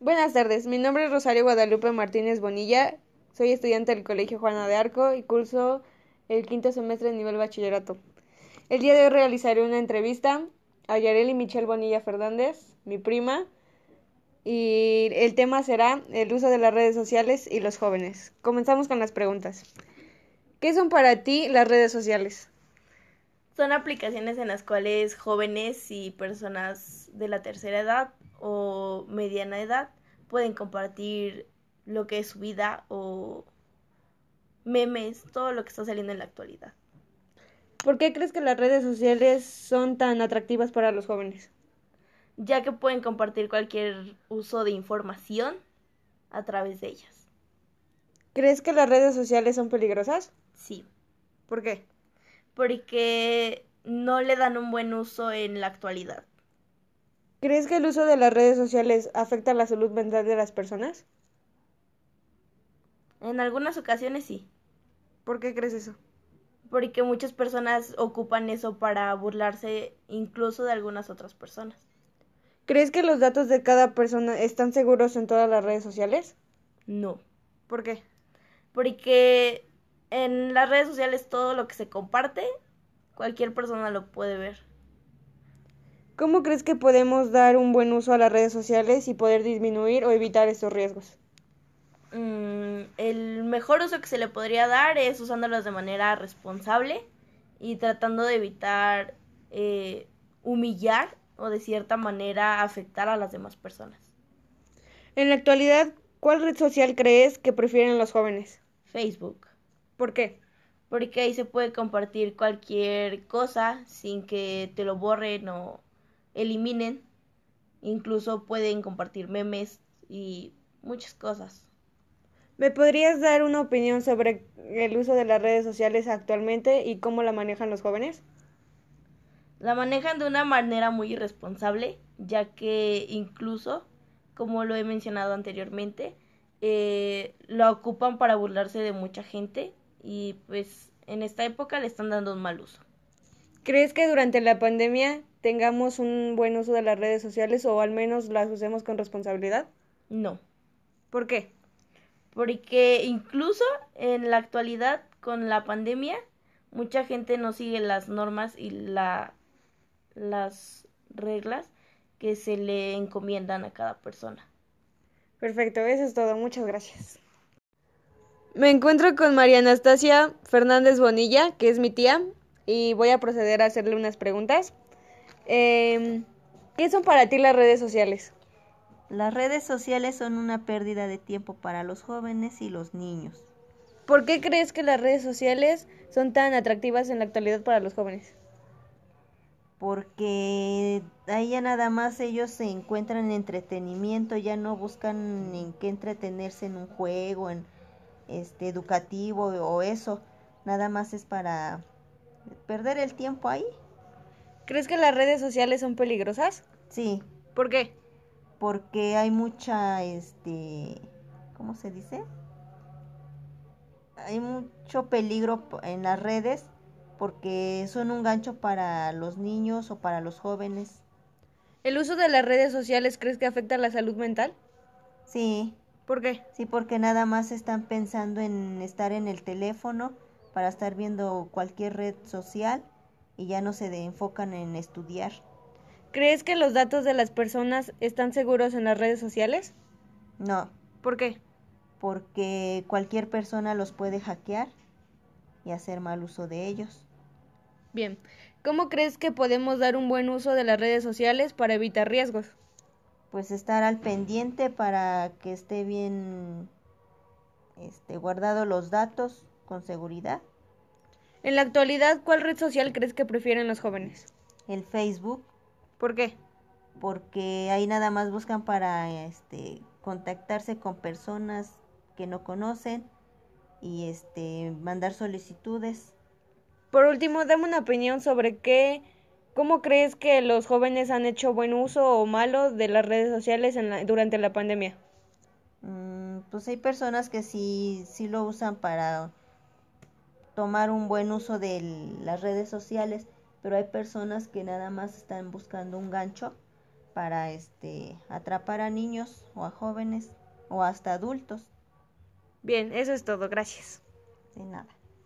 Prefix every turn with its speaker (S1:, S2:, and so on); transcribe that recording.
S1: Buenas tardes, mi nombre es Rosario Guadalupe Martínez Bonilla, soy estudiante del Colegio Juana de Arco y curso el quinto semestre de nivel bachillerato. El día de hoy realizaré una entrevista a Yareli Michelle Bonilla Fernández, mi prima, y el tema será el uso de las redes sociales y los jóvenes. Comenzamos con las preguntas. ¿Qué son para ti las redes sociales?
S2: Son aplicaciones en las cuales jóvenes y personas de la tercera edad o mediana edad pueden compartir lo que es su vida o memes, todo lo que está saliendo en la actualidad.
S1: ¿Por qué crees que las redes sociales son tan atractivas para los jóvenes?
S2: Ya que pueden compartir cualquier uso de información a través de ellas.
S1: ¿Crees que las redes sociales son peligrosas?
S2: Sí,
S1: ¿Por qué?
S2: porque no le dan un buen uso en la actualidad.
S1: ¿Crees que el uso de las redes sociales afecta la salud mental de las personas?
S2: En algunas ocasiones sí,
S1: ¿Por qué crees eso?
S2: porque muchas personas ocupan eso para burlarse incluso de algunas otras personas.
S1: ¿Crees que los datos de cada persona están seguros en todas las redes sociales?
S2: No,
S1: ¿Por qué?
S2: porque en las redes sociales todo lo que se comparte, cualquier persona lo puede ver.
S1: ¿Cómo crees que podemos dar un buen uso a las redes sociales y poder disminuir o evitar estos riesgos?
S2: Mm, el mejor uso que se le podría dar es usándolos de manera responsable y tratando de evitar eh, humillar o de cierta manera afectar a las demás personas.
S1: En la actualidad, ¿cuál red social crees que prefieren los jóvenes?
S2: Facebook,
S1: ¿Por qué?
S2: porque ahí se puede compartir cualquier cosa sin que te lo borren o eliminen. Incluso pueden compartir memes y muchas cosas.
S1: ¿Me podrías dar una opinión sobre el uso de las redes sociales actualmente y cómo la manejan los jóvenes?
S2: La manejan de una manera muy irresponsable, ya que incluso, como lo he mencionado anteriormente, eh, la ocupan para burlarse de mucha gente y pues en esta época le están dando un mal uso.
S1: ¿Crees que durante la pandemia tengamos un buen uso de las redes sociales o al menos las usemos con responsabilidad?
S2: No,
S1: ¿Por qué?
S2: porque incluso en la actualidad con la pandemia mucha gente no sigue las normas y la, las reglas que se le encomiendan a cada persona.
S1: Perfecto, eso es todo. Muchas gracias. Me encuentro con María Anastasia Fernández Bonilla, que es mi tía, y voy a proceder a hacerle unas preguntas. Em, ¿Qué son para ti las redes sociales?
S3: Las redes sociales son una pérdida de tiempo para los jóvenes y los niños,
S1: ¿Por qué crees que las redes sociales son tan atractivas en la actualidad para los jóvenes?
S3: porque ahí ya nada más ellos se encuentran en entretenimiento, ya no buscan en qué entretenerse en un juego, en este educativo o eso, nada más es para perder el tiempo ahí.
S1: ¿Crees que las redes sociales son peligrosas?
S3: Sí,
S1: ¿Por qué?
S3: porque hay mucha este ¿cómo se dice? Hay mucho peligro po- en las redes porque son un gancho para los niños o para los jóvenes.
S1: ¿El uso de las redes sociales crees que afecta la salud mental?
S3: Sí,
S1: ¿Por qué?
S3: sí porque nada más están pensando en estar en el teléfono para estar viendo cualquier red social y ya no se de- enfocan en estudiar.
S1: ¿Crees que los datos de las personas están seguros en las redes sociales?
S3: No,
S1: ¿Por qué?
S3: porque cualquier persona los puede hackear y hacer mal uso de ellos.
S1: Bien. ¿Cómo crees que podemos dar un buen uso de las redes sociales para evitar riesgos?
S3: pues estar al pendiente para que esté bien este, guardado los datos con seguridad.
S1: En la actualidad, ¿cuál red social crees que prefieren los jóvenes?
S3: El Facebook,
S1: ¿Por qué?
S3: porque ahí nada más buscan para este, contactarse con personas que no conocen y este, mandar solicitudes.
S1: Por último, dame una opinión sobre qué, cómo crees que los jóvenes han hecho buen uso o malo de las redes sociales en la- durante la pandemia.
S3: Mm, pues hay personas que sí, sí lo usan para tomar un buen uso de las redes sociales, pero hay personas que nada más están buscando un gancho para este atrapar a niños o a jóvenes o hasta adultos.
S1: Bien, eso es todo. Gracias.
S3: De nada.